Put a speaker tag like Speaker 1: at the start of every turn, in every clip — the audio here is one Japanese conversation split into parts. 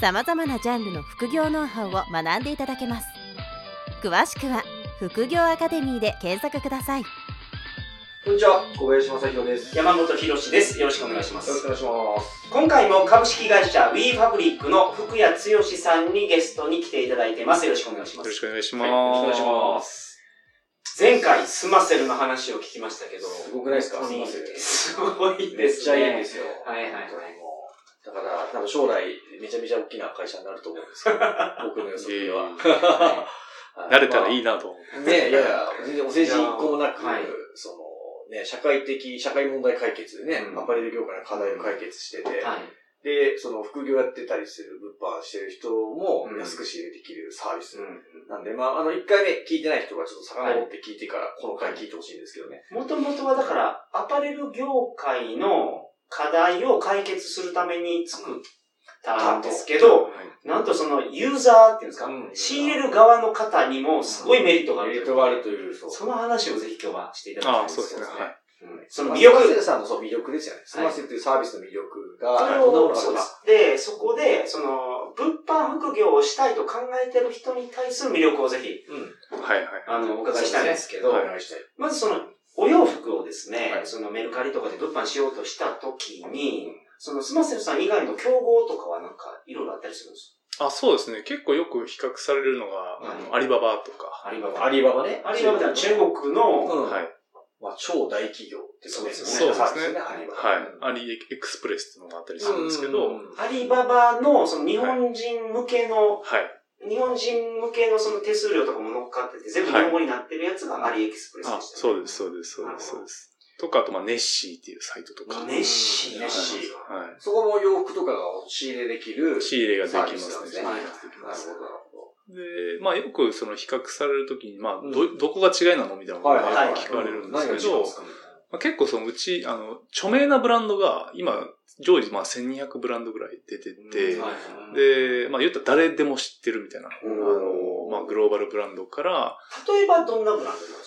Speaker 1: さまざまなジャンルの副業ノウハウを学んでいただけます詳しくは「副業アカデミー」で検索ください
Speaker 2: こんにちは、小林正弘です。よ
Speaker 3: 山本博史です。よろしくお願いしま
Speaker 2: ろしく
Speaker 3: す。
Speaker 2: お願いします。
Speaker 3: 今回も株式会社 WeFabric の福谷剛さんにゲストに来ていただいてます。よろしくお願いしま
Speaker 4: よろし
Speaker 3: す。
Speaker 4: くお願いしま
Speaker 3: はい
Speaker 4: す。
Speaker 3: よろしくお願いします。前回、スマセルの話を聞きましたけど。
Speaker 2: すごくないですか
Speaker 3: 本当に
Speaker 2: スマセル
Speaker 3: すごい
Speaker 2: め
Speaker 3: で
Speaker 2: っ
Speaker 3: す
Speaker 2: ちゃ
Speaker 3: ね。
Speaker 2: いいんですよ。
Speaker 3: はいはいはい
Speaker 2: 本当にもうだから、多分将来、めちゃめちゃ大きな会社になると思うんで すけど、僕の予測では。はい
Speaker 4: 慣れたらいいなと思う。
Speaker 2: まあねいやいや、全然お世辞一個もなく、
Speaker 3: いやはい
Speaker 2: その、ね、社会的、社会問題解決でね、
Speaker 3: うん
Speaker 2: アパレル業界の課題を解決してて、
Speaker 3: はい。
Speaker 2: で、その副業やってたりする、物販してる人も
Speaker 3: うん
Speaker 2: 安く仕入れできるサービス
Speaker 3: う
Speaker 2: なんで、まあ、あの、一回目聞いてない人がちょっと遡って聞いてから、この回聞いてほしいんですけどね。
Speaker 3: ん。もともとはだから、アパレル業界の課題を解決するために作ったんですけど、なんとそのユーザーっていうんですか、
Speaker 2: うん
Speaker 3: 仕入れる側の方にもすごいメリットがある
Speaker 2: メ
Speaker 3: というこ
Speaker 2: リッ
Speaker 3: と
Speaker 2: ト
Speaker 3: で
Speaker 2: があるという、そう。
Speaker 3: その話をぜひ今日はしていただき
Speaker 4: あ
Speaker 3: たい
Speaker 4: あ、そうですね。はい。
Speaker 3: うんその魅
Speaker 2: 魅
Speaker 3: 力
Speaker 2: 力。セルさんのそう魅力ですよね。スマセルというサービスの魅力が、
Speaker 3: それ
Speaker 2: どんなも
Speaker 3: を、
Speaker 2: のが
Speaker 3: そう
Speaker 2: あ
Speaker 3: です。で、
Speaker 2: る
Speaker 3: そこで、その、物販副業をしたいと考えてる人に対する魅力をぜひ、
Speaker 4: はいはい。
Speaker 3: あの、お伺いしたいんですけど、
Speaker 2: か、お願いしたい。
Speaker 3: まずその、お洋服をですね、
Speaker 2: はい
Speaker 3: そのメルカリとかで物販しようとした時に、そのスマセルさん以外の競合とかはなんか、いろいろあったりするんです
Speaker 4: あ、そうですね。結構よく比較されるのが、あ
Speaker 3: はい
Speaker 4: の、アリババと
Speaker 3: か
Speaker 4: か。
Speaker 3: アリバ
Speaker 2: アリババね。
Speaker 3: アリババでは中国の、
Speaker 2: うん。
Speaker 4: はい。
Speaker 2: まあ、超大企業ってことです
Speaker 3: そう
Speaker 2: よ
Speaker 3: で
Speaker 2: ね。
Speaker 3: す
Speaker 2: サー
Speaker 4: ね
Speaker 2: ビスね、アリババ。
Speaker 4: はい。アリエクスプレスっていうのがあったりするんですけど、
Speaker 2: う
Speaker 4: はい。
Speaker 2: ん
Speaker 3: アリババの、その日本人向けの、日本人向けのその手数料とかも乗っかってて、全部日本語になってるやつがアリエクスプレス
Speaker 4: あ、
Speaker 3: でした、
Speaker 4: そうです、そうです、そうです、そうです。とか、あと、まあ、ネッシーっていうサイトとか。
Speaker 3: ネッシー、
Speaker 2: ネッシー
Speaker 4: はいは
Speaker 2: そこも洋服とかが仕入れできる。
Speaker 4: い。仕入れができま
Speaker 2: サー
Speaker 4: すね。
Speaker 2: ビス
Speaker 4: 仕入れ
Speaker 2: な
Speaker 4: が
Speaker 2: ん
Speaker 4: で
Speaker 2: で
Speaker 4: き
Speaker 2: な
Speaker 4: ま
Speaker 2: るほ
Speaker 4: す
Speaker 2: ど、なる
Speaker 4: で、まあ、よくその比較されるときに、まあ
Speaker 2: うん、
Speaker 4: ど、どこが違いなのみたいなこ
Speaker 2: ほ
Speaker 4: と
Speaker 2: ど。
Speaker 4: が
Speaker 2: はいはいはい。
Speaker 4: 聞かれるんです
Speaker 2: 何
Speaker 4: け
Speaker 2: が違う
Speaker 4: ど、
Speaker 2: ですかね
Speaker 4: まあ、結構そのうち、あの、著名なブランドが、今、常時まあ1200ブランドぐらい出てて、
Speaker 2: うんはい
Speaker 4: で、まあ言ったら誰でも知ってるみたいな、あ
Speaker 2: うん
Speaker 4: の、まあグローバルブランドから、
Speaker 3: 例えばどんなブランドなんです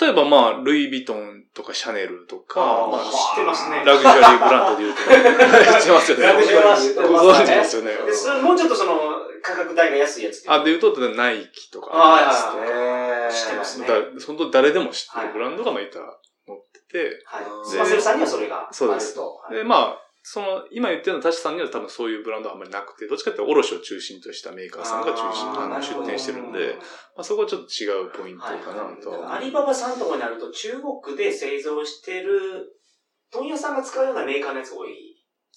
Speaker 4: 例えばまあ、ルイ・ヴィトンとかシャネルとか、
Speaker 2: あー
Speaker 4: ま
Speaker 3: か知ってますね
Speaker 4: あ、。ラグジュアリーブランドで言うと、 知ってますよね。
Speaker 3: ラグジュアリー
Speaker 4: ご存知ですよね。
Speaker 3: で、それもうちょっとその、価格帯が安いやつっていう
Speaker 4: あ、で言うと、ナイキとか、
Speaker 3: はいはい
Speaker 4: とか
Speaker 2: えー
Speaker 3: 知ってますね
Speaker 4: だ本当誰でも知ってるブランドがまあ言ったら持ってて、
Speaker 3: はい。スマセルさんにはそれがあると。
Speaker 4: そうです
Speaker 3: はい
Speaker 4: で、まあ、その、今言ってるのは、タシさんには多分そういうブランドはあんまりなくて、どっちかっていうと、卸を中心としたメーカーさんが中心、
Speaker 3: あー
Speaker 4: あ
Speaker 3: なる
Speaker 4: の
Speaker 3: ほど
Speaker 4: 出店してるんで、まあ、そこはちょっと違うポイントか
Speaker 3: はい
Speaker 4: なと
Speaker 3: だ
Speaker 4: は
Speaker 3: か
Speaker 4: 思
Speaker 3: らア
Speaker 4: う。
Speaker 3: リババさんとかになると、中国で製造してる、問屋さんが使うようなメーカーのやつが多い。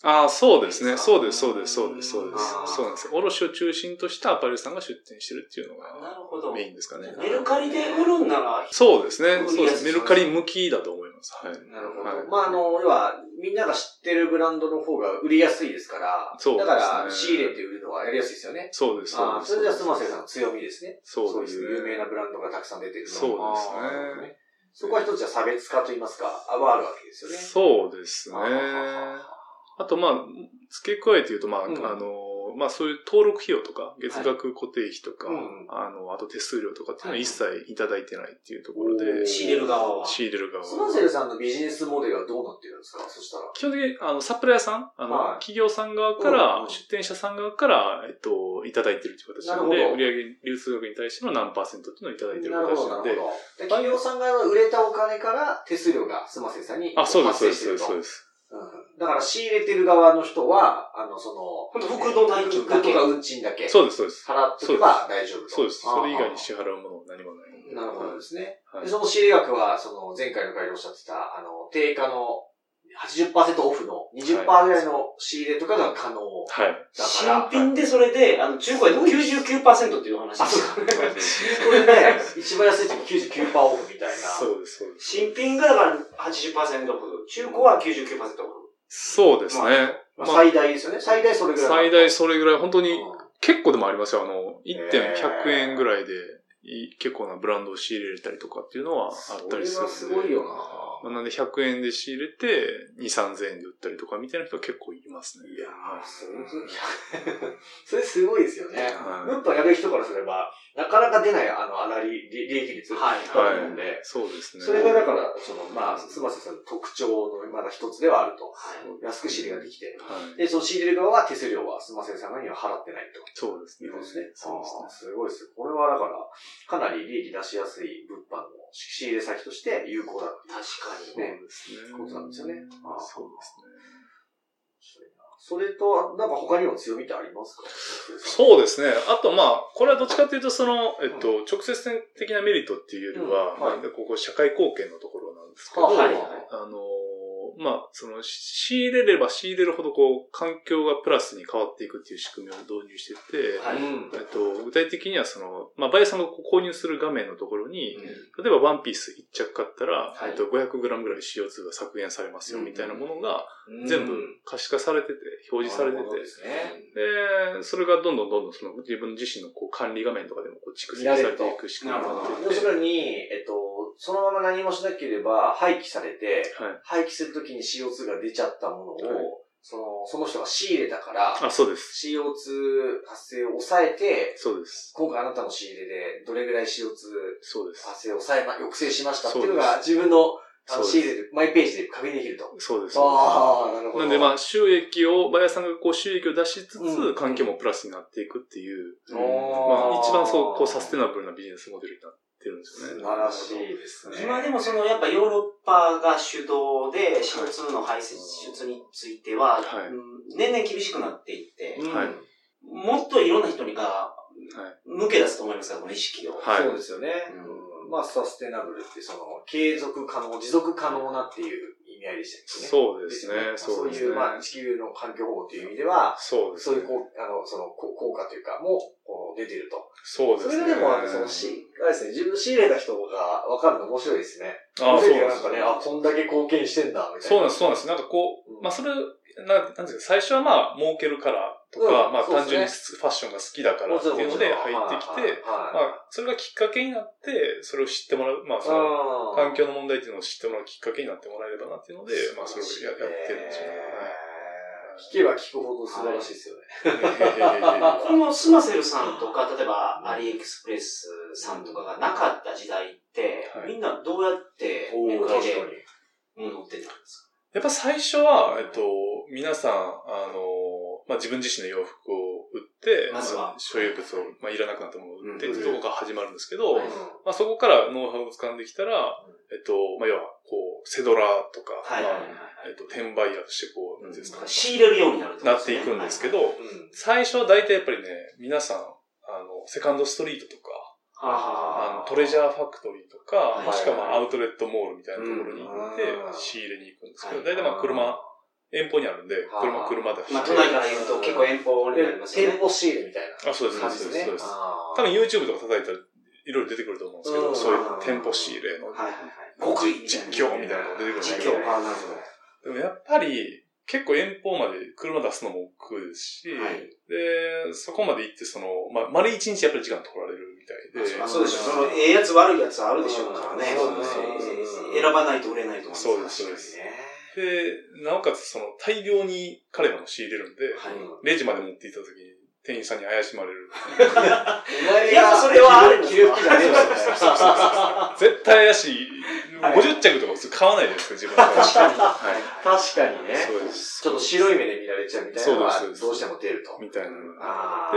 Speaker 4: ああ、そうです
Speaker 3: いい
Speaker 4: ね。
Speaker 3: ですか
Speaker 4: そうです、そうです、そうです、そうで
Speaker 3: あー
Speaker 4: す。そうなんですよ。卸を中心としたアパレルさんが出店してるっていうの
Speaker 3: な
Speaker 4: が
Speaker 3: るほど。
Speaker 4: メ
Speaker 3: メ
Speaker 4: インですかね。
Speaker 3: ルカリで売るんなら、
Speaker 4: そうです
Speaker 3: う
Speaker 4: ね。
Speaker 3: ん
Speaker 4: そうです。
Speaker 3: いいですね
Speaker 4: メルカリ向きだと思います。はい。
Speaker 2: なるほど。
Speaker 4: はい
Speaker 2: まあ、あの、要は、みんなが知ってるブランドの方が売りやすいですから、
Speaker 4: そうで
Speaker 2: だ
Speaker 4: す
Speaker 2: か
Speaker 4: ね
Speaker 2: ら、仕入れて売るのはやりやすいですよね。
Speaker 4: そうです、
Speaker 2: あ
Speaker 4: そう
Speaker 2: あ、
Speaker 4: です。
Speaker 2: それじゃあ、スマ
Speaker 4: そう
Speaker 2: セ
Speaker 4: です
Speaker 2: さんの強みですね。
Speaker 4: そうですね。
Speaker 2: いう有名なブランドがたくさん出てるの
Speaker 4: そうですね
Speaker 2: ああなるほどそこは一つじゃ差別化といいますか、あはあるわけですよね。
Speaker 4: そうですね
Speaker 2: あははは。
Speaker 4: あと、まあ、付け加えて言うと、まあ、
Speaker 2: うん
Speaker 4: あの、まあ、そういう登録費用とか、月額固定費とか、
Speaker 2: はいうん
Speaker 4: あの、あと手数料とかっていうのは
Speaker 3: はい
Speaker 4: 一切いただいてないっていうところで、
Speaker 2: おー
Speaker 3: 仕入れる側は。
Speaker 4: 仕入れる側
Speaker 2: スマ
Speaker 4: は。
Speaker 2: セルさんのビジネスモデルはどうなってるんですかそしたら。
Speaker 4: 基本的に、あの、サプライヤーさん、あの、
Speaker 2: はい
Speaker 4: 企業さん側か
Speaker 2: うん
Speaker 4: ら
Speaker 2: うん、
Speaker 4: 出店者さん側から、えっと、いただいてるという形なの
Speaker 2: な
Speaker 4: で、
Speaker 2: るほど
Speaker 4: 売上流通額に対しての何パーセントっていうのをいただいてる
Speaker 2: なるほ
Speaker 4: 形
Speaker 2: ど、
Speaker 4: な
Speaker 2: なるほ
Speaker 4: の
Speaker 2: ど
Speaker 4: で、。
Speaker 2: で企業さんが売れたお金から手数料がスマセルさんに
Speaker 4: あ、
Speaker 2: 発
Speaker 4: そうです、そ
Speaker 2: 生
Speaker 4: う
Speaker 2: して
Speaker 4: です、そう
Speaker 2: る
Speaker 4: で
Speaker 2: と。
Speaker 4: すそうです。
Speaker 2: うんだから仕入れてる側の人は、あの、その、
Speaker 3: ほんと副道代金だけ
Speaker 2: 服とか運賃だけ
Speaker 4: そうです、そうです。
Speaker 2: 払っとけば大丈夫と
Speaker 4: そうです。それ以外に
Speaker 2: あ
Speaker 4: 支払うものは何もない。
Speaker 2: あなるほどですね。
Speaker 4: はい
Speaker 2: でその仕入れ額は、その前回の会でおっしゃってた、あの、定価の80%オフの20%ぐらいの仕入れとかが可能。
Speaker 4: はい。
Speaker 2: だ
Speaker 3: 新
Speaker 2: から、
Speaker 3: 品でそれで、あの、中古屋で99%っていう話
Speaker 2: あ、
Speaker 3: です
Speaker 2: そうか。これね、一番安い時99%オフみたいな。
Speaker 4: そうです、そうです。
Speaker 3: 新品がだから80%オフ、中古は99%オフ。
Speaker 4: そうですね。
Speaker 2: まあ
Speaker 4: まあ
Speaker 2: 最大ですよね。最大それぐらい。
Speaker 4: 最大それぐらい、本当に
Speaker 2: う
Speaker 4: 結構でもありますよ。あの、1点
Speaker 2: えー
Speaker 4: 100円ぐらいで、い結構なブランドを仕入れれたりとかっていうのはあったりする
Speaker 2: それ
Speaker 4: んで。
Speaker 2: はすごいよな
Speaker 4: まあなんで100円で仕入れて、2、3000円で売ったりとかみたいな人は結構いますね。
Speaker 2: いやー、それ、いやそれすごいですよね。
Speaker 4: はい
Speaker 2: うんとやる人からすれば、なかなか出ない、あの、粗利、利利益率だ
Speaker 3: はい
Speaker 2: と思うんで、
Speaker 4: そうですね。
Speaker 2: それがだから、その、まあ、すませさんの特徴のまだ一つではあると。
Speaker 3: は
Speaker 2: 安く仕入れができて。
Speaker 4: はい。
Speaker 2: で、その仕入れる側は手数料はすませさんには払ってないと。
Speaker 4: そうです
Speaker 2: い
Speaker 4: ね
Speaker 2: うことですね。。
Speaker 4: そうです
Speaker 2: あー。す
Speaker 4: ね
Speaker 2: ごいです。これはだから、かなり利益出しやすい物販の仕入れ先として有効だっていう
Speaker 3: 確
Speaker 4: そ
Speaker 2: か
Speaker 4: う
Speaker 2: に
Speaker 4: ですね。
Speaker 2: ことなんですよね。あー
Speaker 4: そうですね。
Speaker 2: それと、なんか他にも強みってありますか
Speaker 4: そう
Speaker 2: う
Speaker 4: ですね。あとまあ、これはどっちかというと、その、えっと、直接的なメリットっていうよりは、
Speaker 2: うんはい
Speaker 4: なんかここ社会貢献のところなんですけ
Speaker 2: は
Speaker 4: ど、
Speaker 2: あ、はい、
Speaker 3: は
Speaker 2: はいい。
Speaker 4: あのーまあ、その、し仕入れれば仕入れるほど、こう、環境がプラスに変わっていくっていう仕組みを導入してて、
Speaker 3: はい
Speaker 2: うん
Speaker 4: えっと、具体的にはその、まあ、バイヤーさんがこう購入する画面のところに、例えばワンピース1着買ったら、
Speaker 3: はい
Speaker 4: えっと、500g ぐらい CO2 が削減されますよ、みたいなものが、
Speaker 2: うん
Speaker 4: 全部可視化されてて、表示されて
Speaker 2: な
Speaker 4: て
Speaker 2: るほど、ですね。
Speaker 4: で、それがどんどんどんどんその自分自身のこう管理画面とかでもこう蓄積されていく仕組みになってい
Speaker 2: 要す
Speaker 4: て。
Speaker 2: るに、えっと、そのまま何もしなければ廃棄されて、
Speaker 4: はい。
Speaker 2: 廃棄するときに CO2 が出ちゃったものを、
Speaker 4: はい
Speaker 2: その、その人が仕入れたから、
Speaker 4: あ、そうです。
Speaker 2: CO2 発生を抑えて、
Speaker 4: そうです。
Speaker 2: 今回あなたの仕入れでどれぐらい CO2
Speaker 4: そうです。
Speaker 2: 発生を抑えま、抑制しましたっていうの
Speaker 4: そう
Speaker 2: が
Speaker 4: で
Speaker 2: 自分のあ
Speaker 4: そう
Speaker 2: の
Speaker 4: です
Speaker 2: 仕入れで、マイページで確認できると。
Speaker 4: そうです。
Speaker 2: ああ、なるほど。
Speaker 4: なんでまあ収益を、バイヤーさんがこう収益を出しつ
Speaker 2: う
Speaker 4: つ、
Speaker 2: ん
Speaker 4: 環境もプラスになっていくっていう、
Speaker 2: おー
Speaker 4: まあ一番そう、こうサステナブルなビジネスモデルになってるんですよ
Speaker 2: 素
Speaker 4: ね。
Speaker 2: 晴らしいですね。
Speaker 3: 今でもそのやっぱヨーロッパが主導で CO2 の排出については、
Speaker 4: はい
Speaker 3: うん年々厳しくなっていって、
Speaker 2: うん
Speaker 4: はい
Speaker 3: もっといろんな人にが
Speaker 4: は
Speaker 3: 抜け出すと思いますから、この意識を。
Speaker 4: はい
Speaker 2: そうですよね。うんまあ、サステナブルって、その、継続可能、持続可能なっていう意味合いでしたよね。
Speaker 4: そうですね
Speaker 2: よ。
Speaker 4: そうです
Speaker 2: い
Speaker 4: ね
Speaker 2: う、。まあ、地球の環境保護という意味では、
Speaker 4: そうです
Speaker 2: そう
Speaker 4: ね
Speaker 2: いう、。こう、あの、その、こ効果というか、も、こう、出てると。
Speaker 4: そうです
Speaker 2: そ
Speaker 4: ね。
Speaker 2: れがでも、あの、その、し、あれですね、自分仕入れた人が分かるの面白いですね。
Speaker 4: あ、そう
Speaker 2: 面白い
Speaker 4: で
Speaker 2: なん
Speaker 4: す
Speaker 2: かね、あ、こんだけ貢献してんだ、みたいな。
Speaker 4: そうなんです、そうなんです。なんかこ
Speaker 2: うん
Speaker 4: う、まあそれ、ななんですか、最初はまあ、儲けるからとか、
Speaker 2: うん
Speaker 4: まあ
Speaker 2: そう
Speaker 4: 単
Speaker 2: ですね
Speaker 4: 純にファッションが好きだから
Speaker 2: も
Speaker 4: っ
Speaker 2: ち
Speaker 4: て
Speaker 2: ろん
Speaker 4: いうので入ってきて、、ま
Speaker 2: ま
Speaker 4: あ、それがきっかけになって、それを知ってもらう、まあその、
Speaker 2: あ
Speaker 4: 環境の問題っていうのを知ってもらうきっかけになってもらえればなっていうので、まあそれをややってるんですよね。
Speaker 2: 聞けば聞くほど素晴らしいですよね。
Speaker 4: はい
Speaker 3: こ のスマセルさんとか、例えばアリエクスプレスさんとかがなかった時代って、
Speaker 4: はい
Speaker 3: みんなどうやって
Speaker 2: お
Speaker 3: メ
Speaker 2: ー
Speaker 3: ル
Speaker 2: 確
Speaker 3: カ
Speaker 2: か
Speaker 3: リ
Speaker 2: に
Speaker 3: で。物を売ってたんです
Speaker 4: やっぱ最初は、えっと、皆さん、あの、まあ自分自身の洋服を売って、
Speaker 3: まずは
Speaker 4: あ所有物を、まあいらなくなったものを売って
Speaker 3: うん
Speaker 4: っていうところから始まるんですけど、
Speaker 3: はい
Speaker 4: まあ、そこからノウハウを掴んできたら、えっと、まあ、要は、こう、セドラとか、
Speaker 3: かはいはいはい
Speaker 4: まあ、えっと、転売屋としてこう、なんていうんです
Speaker 3: なん
Speaker 4: か
Speaker 3: か、仕入れるようになる
Speaker 4: なっていくんですけど、
Speaker 2: うん
Speaker 4: 最初は大体やっぱりね、皆さん、あの、セカンドストリートとか、あ
Speaker 3: あ
Speaker 4: のトレジャーファクトリーとか、
Speaker 3: はい
Speaker 4: もしくはまあ
Speaker 2: はい
Speaker 4: アウトレットモールみたいなところに行って
Speaker 2: うん、
Speaker 4: 仕入れに行くんですけど、
Speaker 3: はい
Speaker 4: 大体まあ車、遠方にあるんで、車、
Speaker 2: はい
Speaker 4: 車で
Speaker 3: まあ、都
Speaker 4: 走る。
Speaker 3: 内から言うと結構遠方になりますよ
Speaker 2: 店
Speaker 3: ね。
Speaker 2: 舗シールみたいな。
Speaker 4: あ、そうです、そう
Speaker 2: 感
Speaker 4: で
Speaker 2: じです
Speaker 4: す、そうです
Speaker 2: ね
Speaker 4: そう。です。
Speaker 2: あー
Speaker 4: 多分 YouTube とか叩いたら、いろいろ出てくると思うんですけ
Speaker 2: うん
Speaker 4: ど、そういう店舗仕入れの
Speaker 3: はいはいはい。
Speaker 4: 極意実況みたいなのが出てくるんですけど
Speaker 3: 実況
Speaker 2: あーなるほど
Speaker 4: でもやっぱり、結構遠方まで車出すのも億劫ですし、
Speaker 3: はい
Speaker 4: で、そこまで行って、その、まあ、丸一日やっぱり時間取られるみたいで、
Speaker 3: まあそうでしょ。その、ええやつ悪いやつあるでしょうからね。
Speaker 2: うんそうです
Speaker 3: 選ばないと売れないと思います。
Speaker 4: そうですそうですで、なおかつその大量に彼らも仕入れるんで、
Speaker 3: はい
Speaker 4: レジまで持っていった時に店員さんに怪しまれる。
Speaker 2: お前
Speaker 3: やっぱそれはあるんですか
Speaker 2: 着る 服じゃねえぞみたいな
Speaker 4: 絶対怪しい。
Speaker 2: はい
Speaker 4: 50着とか普通買わないじゃないですか、自分から。
Speaker 3: 確かに。
Speaker 4: は
Speaker 2: 確かにね。
Speaker 4: そうです。
Speaker 2: ちょっと白い目で見られちゃうみたいなのが
Speaker 4: そう
Speaker 2: どう
Speaker 4: です
Speaker 2: しても出ると。
Speaker 4: みたいなのが
Speaker 2: あ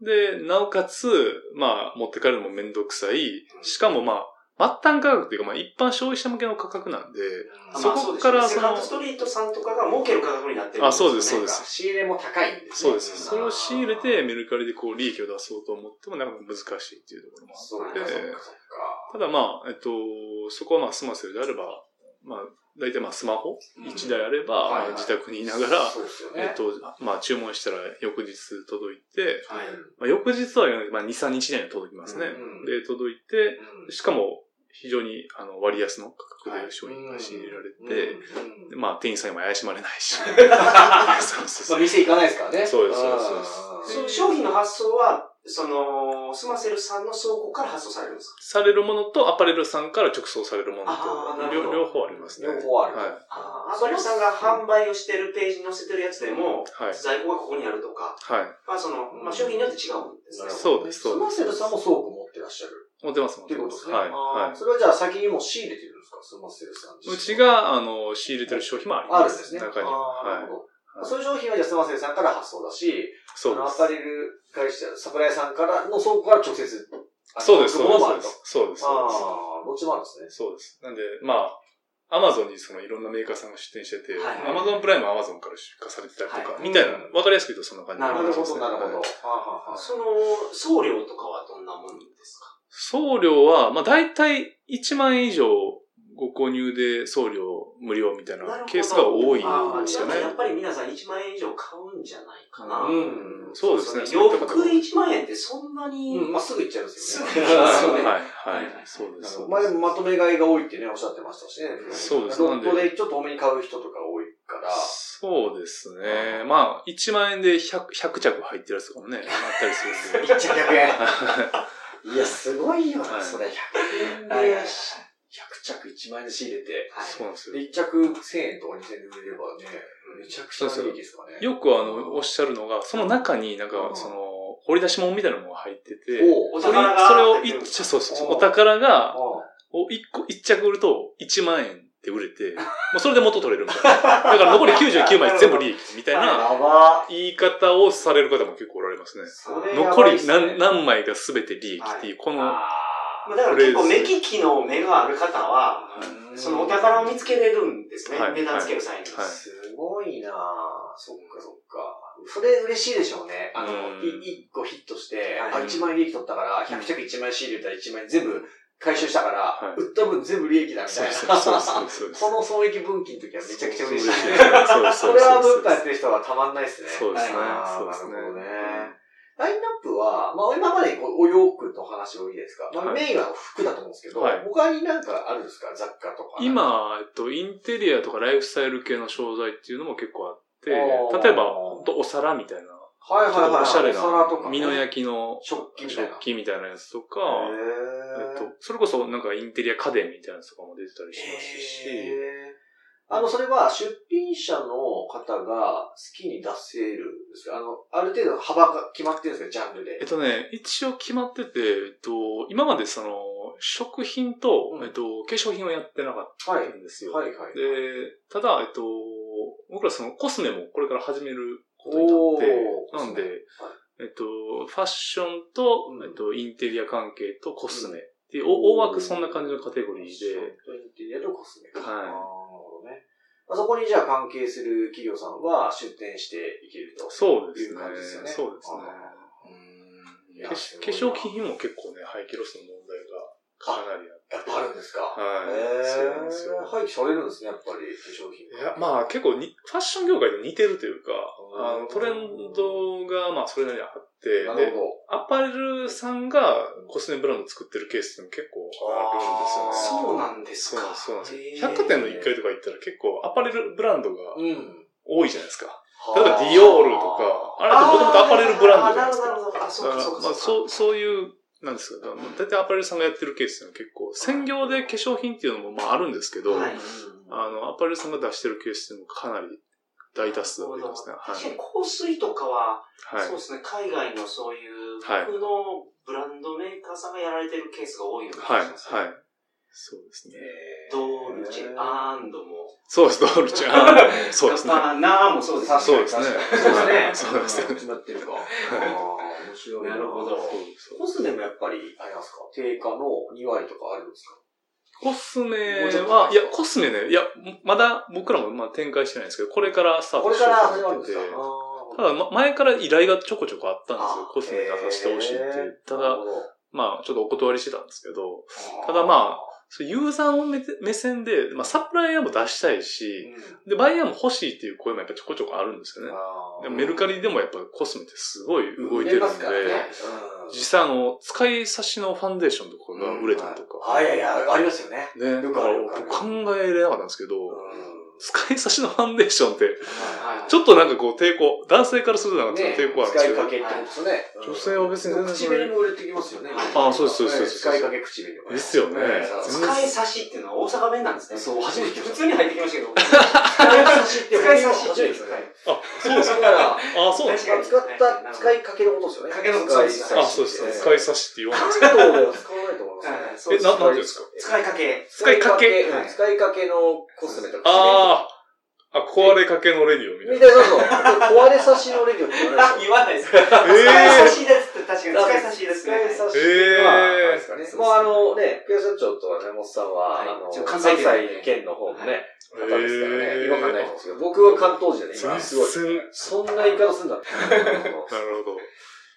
Speaker 4: で、なおかつ、まあ、持って帰るのもめんどくさい。しかもまあ、末端価格というか、まあ、一般消費者向けの価格なんで、
Speaker 3: まあ
Speaker 4: そこから
Speaker 3: そうですねセ
Speaker 4: その
Speaker 3: カンドストリートさんとかが儲ける価格になってるんよね
Speaker 4: あそうです
Speaker 2: ー
Speaker 4: そうで
Speaker 2: なん
Speaker 4: す
Speaker 2: か仕入れも高いんですね。
Speaker 4: そうです。それ
Speaker 2: ん
Speaker 4: を仕入れて、メルカリでこう、利益を出そうと思っても、なかなか難しいっていうところもあ
Speaker 2: そうか、そ
Speaker 4: で
Speaker 2: うか、そうか。
Speaker 4: ただまあ、えっと、そこはまあ、スマセルであれば、まあ、大体まあ、スマホ
Speaker 3: うん
Speaker 4: 1台あれば、
Speaker 2: はいはい
Speaker 4: まあ自宅にいながら、
Speaker 2: そうですよ
Speaker 4: え
Speaker 2: ね
Speaker 4: っ。と、まあ、注文したら翌日届いて、
Speaker 3: はい。
Speaker 4: まあ、翌日は言わないけどまあ、2、3日以内には届きますね。
Speaker 2: うん
Speaker 4: で、届いて、しかも、非常にあの割安の価格で商品が仕入れられて、
Speaker 2: うん
Speaker 4: でまあ店員さんにも怪しまれない し。そうそ
Speaker 2: まあ、
Speaker 4: うそう
Speaker 2: 店行かないですからね。
Speaker 4: そうですそうですそうです
Speaker 2: ん
Speaker 3: そう商品の発送は、その、スマセルさんの倉庫から発送されるんですか
Speaker 4: されるものとアパレルさんから直送されるもの
Speaker 2: あーな
Speaker 4: と
Speaker 2: るほど
Speaker 4: 両両方ありますね。
Speaker 2: 両方ある
Speaker 4: はい。
Speaker 3: ああ、アパレルさんが販売をしてるページに載せてるやつでも、
Speaker 4: はい。
Speaker 3: 在庫がここにあるとか、
Speaker 4: はい。
Speaker 3: まあその、まあ商品によって違うんですね。
Speaker 4: そうですそうです
Speaker 2: スマセルさんも倉庫持ってらっしゃる。
Speaker 4: 持ってます、持
Speaker 2: っ
Speaker 4: ってて
Speaker 2: こ
Speaker 4: ま。
Speaker 2: とですすね。
Speaker 4: はい。
Speaker 2: あ
Speaker 4: は
Speaker 2: ーそれはじゃあ先にもう仕入れてるんですかスマセルさん
Speaker 4: い。うち
Speaker 2: が
Speaker 4: が、あの、仕入れてる商品もあります。
Speaker 2: あるんですね。
Speaker 4: 中に。
Speaker 2: あーなる
Speaker 4: はい。
Speaker 2: ほど。
Speaker 4: はい
Speaker 2: そういう商品はじゃあスマセルさんから発送だし、
Speaker 4: そう
Speaker 2: あの
Speaker 4: で
Speaker 2: ア
Speaker 4: す
Speaker 2: パ。レル会社、サプライさんからの倉庫から直接、あの
Speaker 4: そうです、
Speaker 2: 届くものもあ
Speaker 4: そう
Speaker 2: る
Speaker 4: で
Speaker 2: と
Speaker 4: す。そうです。そうです
Speaker 2: ああ、どっちもあるんですね。
Speaker 4: そうです。なんで、まあ、アマゾンにそのいろんなメーカーさんが出店してて
Speaker 3: はい、
Speaker 4: アマゾンプライムはアマゾンから出荷されてたりと
Speaker 3: は
Speaker 4: か、
Speaker 2: い
Speaker 4: みたいな、わかりやすく言うとそんな感じ
Speaker 3: な
Speaker 2: な
Speaker 3: る
Speaker 2: る
Speaker 3: ほ
Speaker 2: ほ
Speaker 3: ど
Speaker 2: ど、なるほど。は
Speaker 4: はい
Speaker 2: あはあはあ
Speaker 3: その、送料とかはどんなもんですか
Speaker 4: 送料は、まあ大体1万円以上ご購入で送料無料みたいなケースが多い
Speaker 3: あ
Speaker 4: ん
Speaker 3: あ
Speaker 4: で
Speaker 3: じ
Speaker 4: す
Speaker 3: ゃ
Speaker 4: よ
Speaker 3: あ
Speaker 4: ね。
Speaker 3: やっぱり皆さん1万円以上買うんじゃないかな。
Speaker 2: うん
Speaker 4: そうですね。
Speaker 3: 洋服
Speaker 4: そう
Speaker 3: で
Speaker 4: いっ
Speaker 3: 1万円ってそんな に、
Speaker 2: うん、まあ、すぐ行っちゃうんですよね。
Speaker 3: すぐ行っちゃ
Speaker 4: た
Speaker 3: そ
Speaker 4: と
Speaker 3: うですね
Speaker 4: ころはい、
Speaker 3: は
Speaker 4: はいい、そうです。
Speaker 2: まあでもまとめ買いが多いってね、おっしゃってましたしね。
Speaker 4: そうです
Speaker 2: ロット
Speaker 4: なん
Speaker 2: でちょっと多めに買う人とか多いから。
Speaker 4: そうですね。まあ、1万円で 100, 100着入ってるやつとかもね、あったりする んで。
Speaker 2: 1着100円。いや、すごいよ
Speaker 4: はい
Speaker 2: れ100円
Speaker 3: はい
Speaker 2: 100着1万円で仕入れて。
Speaker 4: そうなんですよ。
Speaker 2: 1着1000円とか2000円で売れればね、めちゃくちゃ利益ですかね。
Speaker 4: よくあの、おっしゃるのが、その中になん
Speaker 2: う
Speaker 4: か
Speaker 2: ん、
Speaker 4: その、掘り出し物みたいなのが入ってて、
Speaker 2: お
Speaker 3: お
Speaker 2: う
Speaker 4: それ
Speaker 3: 宝が
Speaker 4: それを
Speaker 3: 入ってる
Speaker 4: 一着、そうそうそう
Speaker 2: うん
Speaker 4: お宝が、
Speaker 2: おう
Speaker 4: を一個、一着売ると1万円って売れて、もうそれで元取れるみたいな。だから残り99枚全部利益みたい
Speaker 2: や
Speaker 4: な
Speaker 2: ば。
Speaker 4: 言い方をされる方も結構おられますね。
Speaker 3: それや
Speaker 4: 残
Speaker 3: ばいっ
Speaker 4: り
Speaker 3: すね
Speaker 4: 何何枚が全て利益っていう、この、
Speaker 3: まあだから結構目利きの目がある方は、
Speaker 2: うん
Speaker 3: そのお宝を見つけれるんですね。
Speaker 4: はい
Speaker 3: 値段つける際に。
Speaker 4: はい
Speaker 2: すごいなぁ。そっかそっか。それ嬉しいでしょうね。あの、
Speaker 4: うん
Speaker 2: い一個ヒットして、
Speaker 3: はい
Speaker 2: あ、1万円利益取ったから、100着1万円仕入れたら1万円全部回収したから、
Speaker 4: はい
Speaker 2: 売った分全部利益だみた
Speaker 4: そ
Speaker 2: いうな。
Speaker 4: そう そうそうそうです。
Speaker 2: この損益分岐の時はめちゃくちゃ嬉しい。
Speaker 4: そうです
Speaker 2: そ
Speaker 4: そ
Speaker 2: れ
Speaker 4: うです
Speaker 2: は
Speaker 4: そ
Speaker 2: 物
Speaker 4: う
Speaker 2: 販
Speaker 4: で
Speaker 2: やっ
Speaker 4: す
Speaker 2: てる人はたまんないですね。
Speaker 4: そうですね
Speaker 2: あー
Speaker 4: そうですね
Speaker 2: なるほどね。ラインナップは、まあ今までこうお洋服の話多いですか。まあ
Speaker 4: はい
Speaker 2: メインは服だと思うんですけど、
Speaker 4: はい
Speaker 2: 他になんかあるんですか雑貨とか。
Speaker 4: 今、えっと、インテリアとかライフスタイル系の商材っていうのも結構あって、
Speaker 2: あー
Speaker 4: 例えば、ほんとお皿みたいな、
Speaker 2: はいはい
Speaker 4: ちょっと
Speaker 2: はい。
Speaker 4: おしゃれ
Speaker 2: お皿と
Speaker 4: な、
Speaker 2: かね、
Speaker 4: 身の焼きの
Speaker 2: 食器みたいな。
Speaker 4: 食器みたいなやつとか、えっ
Speaker 2: え
Speaker 4: と、それこそなんかインテリア家電みたいなやつとかも出てたりしますし、
Speaker 2: へーあの、それは出品者の方が好きに出せるんですかあの、ある程度幅が決まってるんですかジャンルで
Speaker 4: えっ。とね、一応決まってて、えっと、今までその、食品と、
Speaker 2: うん
Speaker 4: えっと、化粧品をやってなかったんですよ。
Speaker 2: はいはい。
Speaker 4: で、ただ、えっと、僕らそのコスメもこれから始めること
Speaker 2: おー
Speaker 4: になって、なんで、
Speaker 2: はい
Speaker 4: えっと、ファッションと、
Speaker 2: うん
Speaker 4: えっと、インテリア関係とコスメっていう、
Speaker 2: おー
Speaker 4: お大枠そんな感じのカテゴリー
Speaker 2: ショッ
Speaker 4: で、
Speaker 2: トインテリアとコスメか。
Speaker 4: はい
Speaker 2: あーなるほどね。まあそこにじゃあ関係する企業さんは出店していけると。
Speaker 4: そうで
Speaker 2: い
Speaker 4: す
Speaker 2: う
Speaker 4: ね
Speaker 2: 感じですよね。
Speaker 4: そうです
Speaker 2: ね
Speaker 4: ね化化粧品も結構ね、廃棄ロスの問題がかなりあって。
Speaker 2: やっぱあるんですか
Speaker 4: はい
Speaker 2: へー
Speaker 4: そうなんですよ
Speaker 2: 廃棄されるんですね、やっぱり化粧品。
Speaker 4: いや、まあ結構に、ファッション業界と似てるというか、あ
Speaker 2: う
Speaker 4: の
Speaker 2: ん
Speaker 4: トレンドがまあそれなりにあって、
Speaker 2: なる
Speaker 4: で、
Speaker 2: ほど。
Speaker 4: アパレルさんがコスメブランド作ってるケースも結構あるんですよね。
Speaker 3: そうなんです
Speaker 4: そう
Speaker 3: か。
Speaker 4: なんです。そうなんです
Speaker 3: へー
Speaker 4: 百貨店の1階とか行ったら結構アパレルブランドが
Speaker 2: うん。
Speaker 4: 多いじゃないですか。
Speaker 2: 例
Speaker 4: 例
Speaker 2: えば
Speaker 4: えば
Speaker 2: ディ
Speaker 4: ディ
Speaker 2: オー
Speaker 4: オー
Speaker 2: ル
Speaker 4: ル
Speaker 2: と
Speaker 4: と
Speaker 2: か
Speaker 4: か、
Speaker 2: あ
Speaker 4: あ
Speaker 2: れ
Speaker 4: れ
Speaker 2: っ
Speaker 4: ってて
Speaker 2: も
Speaker 4: も
Speaker 2: と
Speaker 4: と
Speaker 2: も
Speaker 4: も
Speaker 2: と
Speaker 4: と
Speaker 2: アパ
Speaker 4: ア
Speaker 2: レ
Speaker 4: パレ
Speaker 2: ルブランド
Speaker 4: ルブランド
Speaker 2: じゃなでかあ
Speaker 4: じゃないいですすか。。まあそう、そういう、なんですか、大体アパレルさんがやってるケースっていうのは結構、専業で化粧品っていうのもまああるんですけど、
Speaker 3: はい
Speaker 4: あの、アパレルさんが出してるケースっていうのもかなり大多数ありますね。は
Speaker 3: 確かに
Speaker 4: い。
Speaker 3: 香水とかは、
Speaker 4: はい
Speaker 3: そう。ですね、海外のそういう
Speaker 4: はい
Speaker 3: 服のブランドメーカーさんがやられてるケースが多いような気
Speaker 4: はい、
Speaker 3: が
Speaker 4: は
Speaker 3: し
Speaker 4: い
Speaker 3: ますね。。
Speaker 4: そうですね。
Speaker 3: ドルチェ、アンドも。
Speaker 4: そうです、ドルチェ。あーそうですね。
Speaker 3: ガッパーナーもそうですね。
Speaker 4: そうですね
Speaker 2: そ
Speaker 4: そうう
Speaker 2: で
Speaker 4: ですす
Speaker 2: ね。
Speaker 4: ね
Speaker 2: なってるか。ああ、面白
Speaker 3: な
Speaker 2: な
Speaker 3: る
Speaker 2: る
Speaker 3: ほ
Speaker 2: ほ
Speaker 3: ど
Speaker 2: ど。
Speaker 4: そうです
Speaker 2: コスメもやっぱり、あれなんですか定価の2割とかあるんですか
Speaker 4: コスメ
Speaker 2: もうちょっ
Speaker 4: は
Speaker 2: と、
Speaker 4: いや、コスメね、いや、まだ僕らもまあ展開してないんですけど、これからスター
Speaker 2: こ
Speaker 4: ト
Speaker 2: れ
Speaker 4: し
Speaker 2: か
Speaker 4: よ
Speaker 2: ら
Speaker 4: う
Speaker 2: 始
Speaker 4: と
Speaker 2: まるん
Speaker 4: 思っ
Speaker 2: で
Speaker 4: て
Speaker 2: す
Speaker 4: て
Speaker 2: か、
Speaker 4: ただ、ま前から依頼がちょこちょこあったんですよ
Speaker 2: あ。
Speaker 4: コスメ出させてほしいって言ったら、まあ、ちょっとお断りしてたんですけど、ただまそうユーザーの目目線で、まあ、サプライヤーも出したいし、で、バイヤーも欲しいっていう声もやっぱちょこちょこあるんですよね。でもメルカリでもやっぱコスメってすごい動いてるんで、
Speaker 2: 動きますからね
Speaker 4: 実際あの、使い差しのファンデーションとかが売れたりとか。
Speaker 2: はい、はいやいや、ありますよね。
Speaker 4: ね、だ
Speaker 2: よ
Speaker 4: か
Speaker 2: くあ
Speaker 4: ら
Speaker 2: る
Speaker 4: 僕考えれなかったんですけど、
Speaker 2: うん。
Speaker 4: 使い差しのファンデーションって、
Speaker 2: はいはい
Speaker 4: ちょっとなんかこう抵抗、男性からするとなんかちょっと抵抗あるん
Speaker 2: 使
Speaker 4: です
Speaker 2: い
Speaker 4: けど、
Speaker 2: かけってことですね。
Speaker 4: 女性は別に全然それ
Speaker 2: 唇も売れてきますよね。
Speaker 4: あそうですそうですそうです
Speaker 2: 使いかけ唇とか
Speaker 4: ですよね全然
Speaker 3: 使い差しっていうのは大阪弁なんですね。
Speaker 2: そう初めて聞いた
Speaker 3: 普通に入ってきましたけど。
Speaker 2: 使い差しって、
Speaker 3: 使い差し
Speaker 2: 初めてですね。
Speaker 4: そうで
Speaker 2: だ
Speaker 4: す
Speaker 2: から、
Speaker 4: あ、そうなんです
Speaker 2: 使った、使いかけのことですよね。
Speaker 3: かけのこと
Speaker 2: 使い
Speaker 3: です
Speaker 4: か。
Speaker 2: 差
Speaker 4: あ、
Speaker 2: し。
Speaker 4: そうです。
Speaker 2: 使
Speaker 4: 使
Speaker 2: い
Speaker 4: い差しって言わない。
Speaker 2: 差しって俺は使わないと思います
Speaker 3: は
Speaker 2: ね。
Speaker 3: い
Speaker 4: え、な、なんていうんですか
Speaker 3: 使いかけ。
Speaker 4: 使いかけ
Speaker 2: うん使いかけのコスメとか。
Speaker 4: ああ、あ、壊れかけのレディオみたい
Speaker 2: み
Speaker 4: な。
Speaker 2: たいな、そうそう。壊れ差しのレディオって言われますよ。
Speaker 3: 言わないです。使い差しですって確かに使い差しですね。
Speaker 2: 使い差し
Speaker 4: えー
Speaker 2: まあ、あれですかね。もうあのね、警察庁とはね、モスさんは、
Speaker 3: はい
Speaker 2: あの、
Speaker 3: ちょ
Speaker 2: 関
Speaker 3: 関
Speaker 2: 西
Speaker 3: 西
Speaker 2: 圏の方のね、
Speaker 4: は
Speaker 2: 方
Speaker 4: い
Speaker 2: ですから
Speaker 4: へ
Speaker 2: ね、
Speaker 4: ー
Speaker 2: 違和感ないと思うんですけど、僕は関東人でね、今すごい。
Speaker 4: 全然、なる
Speaker 2: そんな言い方するんだって。
Speaker 4: ほど。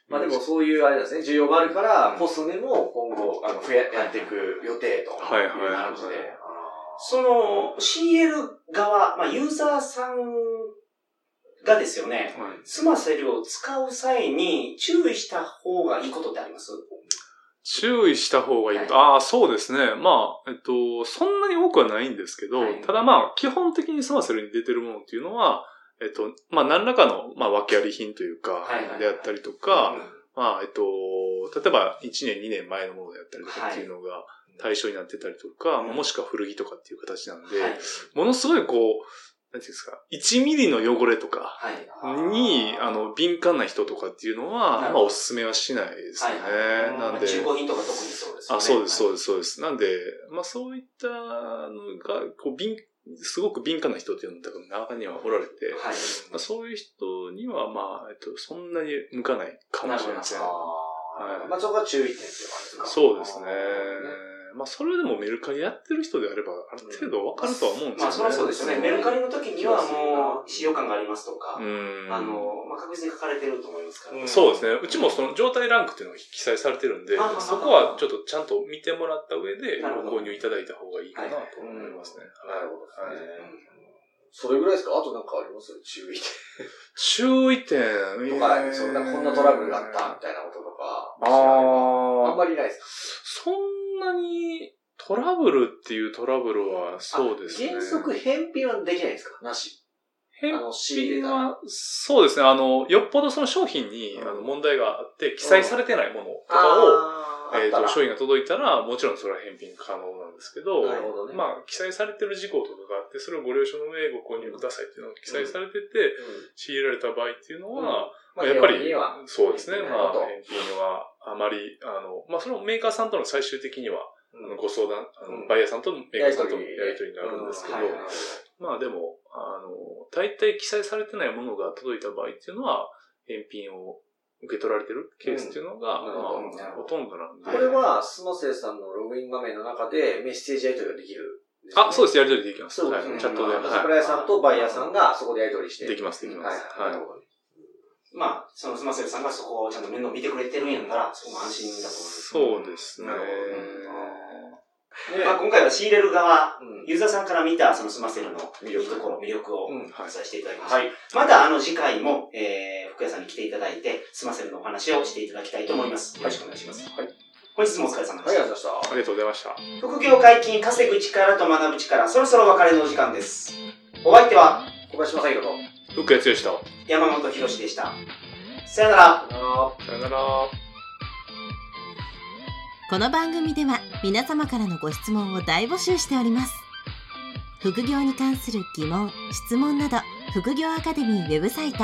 Speaker 2: まあでもそういうあれなんですね、需要があるから、コスメも今後、あの、増や、やっていく予定と。
Speaker 4: はいはい
Speaker 2: いう感じで。
Speaker 3: その CL 側、まあ、ユーザーさんがですよね、
Speaker 4: はい
Speaker 3: スマセルを使う際に注意した方がいいことってあります
Speaker 4: 注意した方がいいこと。ああ、そうですね。まあ、えっと、そんなに多くはないんですけど、
Speaker 3: はい
Speaker 4: ただまあ、基本的にスマセルに出てるものっていうのは、えっと、まあ、何らかの、まあ、訳あり品というか、
Speaker 3: はいはいはい
Speaker 4: であったりとか、まあ、えっと、例えば1年、2年前のものであったりとかっていうのが対象になってたりとか、
Speaker 3: うん
Speaker 4: まあもしくは古着とかっていう形なんで、
Speaker 3: はい
Speaker 4: ものすごいこう、なんていうんですか、1ミリの汚れとか
Speaker 3: はい。
Speaker 4: に、あの、敏感な人とかっていうの
Speaker 3: な
Speaker 4: は、
Speaker 3: る
Speaker 4: まあ
Speaker 3: ほど
Speaker 4: おすすめはしないですね。
Speaker 3: はいはい
Speaker 4: なんで、
Speaker 3: 中古品とか特にそうですよね。
Speaker 4: あ、そうです、そう
Speaker 3: で
Speaker 4: です、そうです。なんで、まあそういったのが、こう、敏、すごく敏感な人っていうのが多分中にはおられて、
Speaker 3: はい。
Speaker 4: まあ、そういう人には、まあ、えっと、そんなに向かないかもしれません。
Speaker 2: あ
Speaker 4: は
Speaker 2: ー
Speaker 4: い
Speaker 2: まあそこは注意点っていう感じですか。
Speaker 4: そうですね
Speaker 2: あー。
Speaker 4: まあ、それでもメルカリやってる人であれば、ある程度わかるとは思うんです
Speaker 3: ま
Speaker 4: よね。
Speaker 3: あ、そりゃそうですよね。メルカリの時にはもう、使用感がありますとか、
Speaker 4: うん。
Speaker 3: あの、まあ、確実に書かれてると思いますから。
Speaker 2: うん
Speaker 4: そうですね。うちもその状態ランクっていうのが記載されてるんで
Speaker 3: あ、あ
Speaker 4: そこはちょっとちゃんと見てもらった上で、
Speaker 3: なるほど
Speaker 4: ご購入いただいた方がいいかなと思いますね。
Speaker 2: なるほ
Speaker 4: はい
Speaker 2: どですね
Speaker 3: う。
Speaker 2: それぐらいですかあとなんかあります注意
Speaker 4: 注意点。
Speaker 2: 点
Speaker 4: と
Speaker 2: とか、そんなこんなトラブルがあったみたいなこととか。
Speaker 4: あ
Speaker 2: あん
Speaker 4: あ。
Speaker 2: まりないですか
Speaker 4: そんなにトラブルっていうトラブルはそうですね。
Speaker 2: 原則返品はできないですかなし。
Speaker 4: 返
Speaker 2: あの、仕入れ
Speaker 4: 品
Speaker 2: たら。
Speaker 4: は、そうですね。あの、よっぽどその商品に、
Speaker 2: うん
Speaker 4: あの問題があって、記載されてないものとかを、
Speaker 2: あー
Speaker 4: えっ、
Speaker 2: あった
Speaker 4: と、
Speaker 2: ら
Speaker 4: 商品が届いたら、もちろんそれは返品可能なんですけど、
Speaker 2: なるほどね
Speaker 4: まあ、記載されてる事項とかがあって、それをご了承の上ご購入くださいっていうのが記載されてて、
Speaker 2: うん
Speaker 4: 仕入れられた場合っていうのは、
Speaker 2: まあ
Speaker 4: まあ、やっぱり
Speaker 2: 基本的には、
Speaker 4: そうですね。
Speaker 2: 返品
Speaker 4: まあ、
Speaker 2: だと
Speaker 4: 返品は、あまり、あの、まあ、それもメーカーさんとの最終的には、あのご相談、あ
Speaker 2: うん
Speaker 4: のバイヤーさんとメーカーさんとの
Speaker 2: やりとり
Speaker 4: やりとりになるんですけど、
Speaker 3: うんはいはい
Speaker 4: まあでも、あの、大体記載されてないものが届いた場合っていうのは、返品を受け取られてるケースっていうのが、
Speaker 2: うん
Speaker 3: なる
Speaker 4: まあ、
Speaker 3: ほど
Speaker 4: ほとんどなんで。
Speaker 2: これは、スノセイさんのログイン画面の中でメッセージやり取りができるんですよね。
Speaker 4: あ、そうです。やり取りできます。
Speaker 2: そうですね。
Speaker 4: はいチャットで。
Speaker 2: まあ
Speaker 4: は
Speaker 2: サプライヤーさんとバイヤーさんがそこでやり取りし
Speaker 4: い。
Speaker 2: て。
Speaker 4: できます、できます。
Speaker 2: はい。
Speaker 4: は
Speaker 2: ないる。ほどね
Speaker 3: まあ、そのスマセルさんがそこをちゃんと面倒見てくれてるんやったら、そこも安心だと思います。
Speaker 4: そうですね。
Speaker 2: なるね
Speaker 3: まあ、今回は仕入れる側
Speaker 2: うん
Speaker 3: ユーザーさんから見たそのスマセルの
Speaker 2: 魅
Speaker 3: 魅
Speaker 2: 力
Speaker 3: 力ところ、魅力を
Speaker 2: うん
Speaker 3: お伝えしていただきました。
Speaker 2: はい。
Speaker 3: またあの次回も、えー、福屋さんに来ていただいて、スマセルのお話をしていただきたいと思います。よろしくお願いします。
Speaker 2: はい。
Speaker 3: 本日もお疲れ様で
Speaker 2: はい、あり
Speaker 3: した。
Speaker 2: がとうございました。
Speaker 4: ありがとうございました。
Speaker 3: 副業解禁、稼ぐ力と学ぶ力、そろそろお別れのお時間です。お相手は
Speaker 2: 小林正宏と。
Speaker 4: ふっくやつよしと。
Speaker 3: 山本博史でした。さよなら。
Speaker 2: あのー
Speaker 4: さよなら。
Speaker 1: この番組では皆様からのご質問を大募集しております副業に関する疑問・質問など副業アカデミーウェブサイト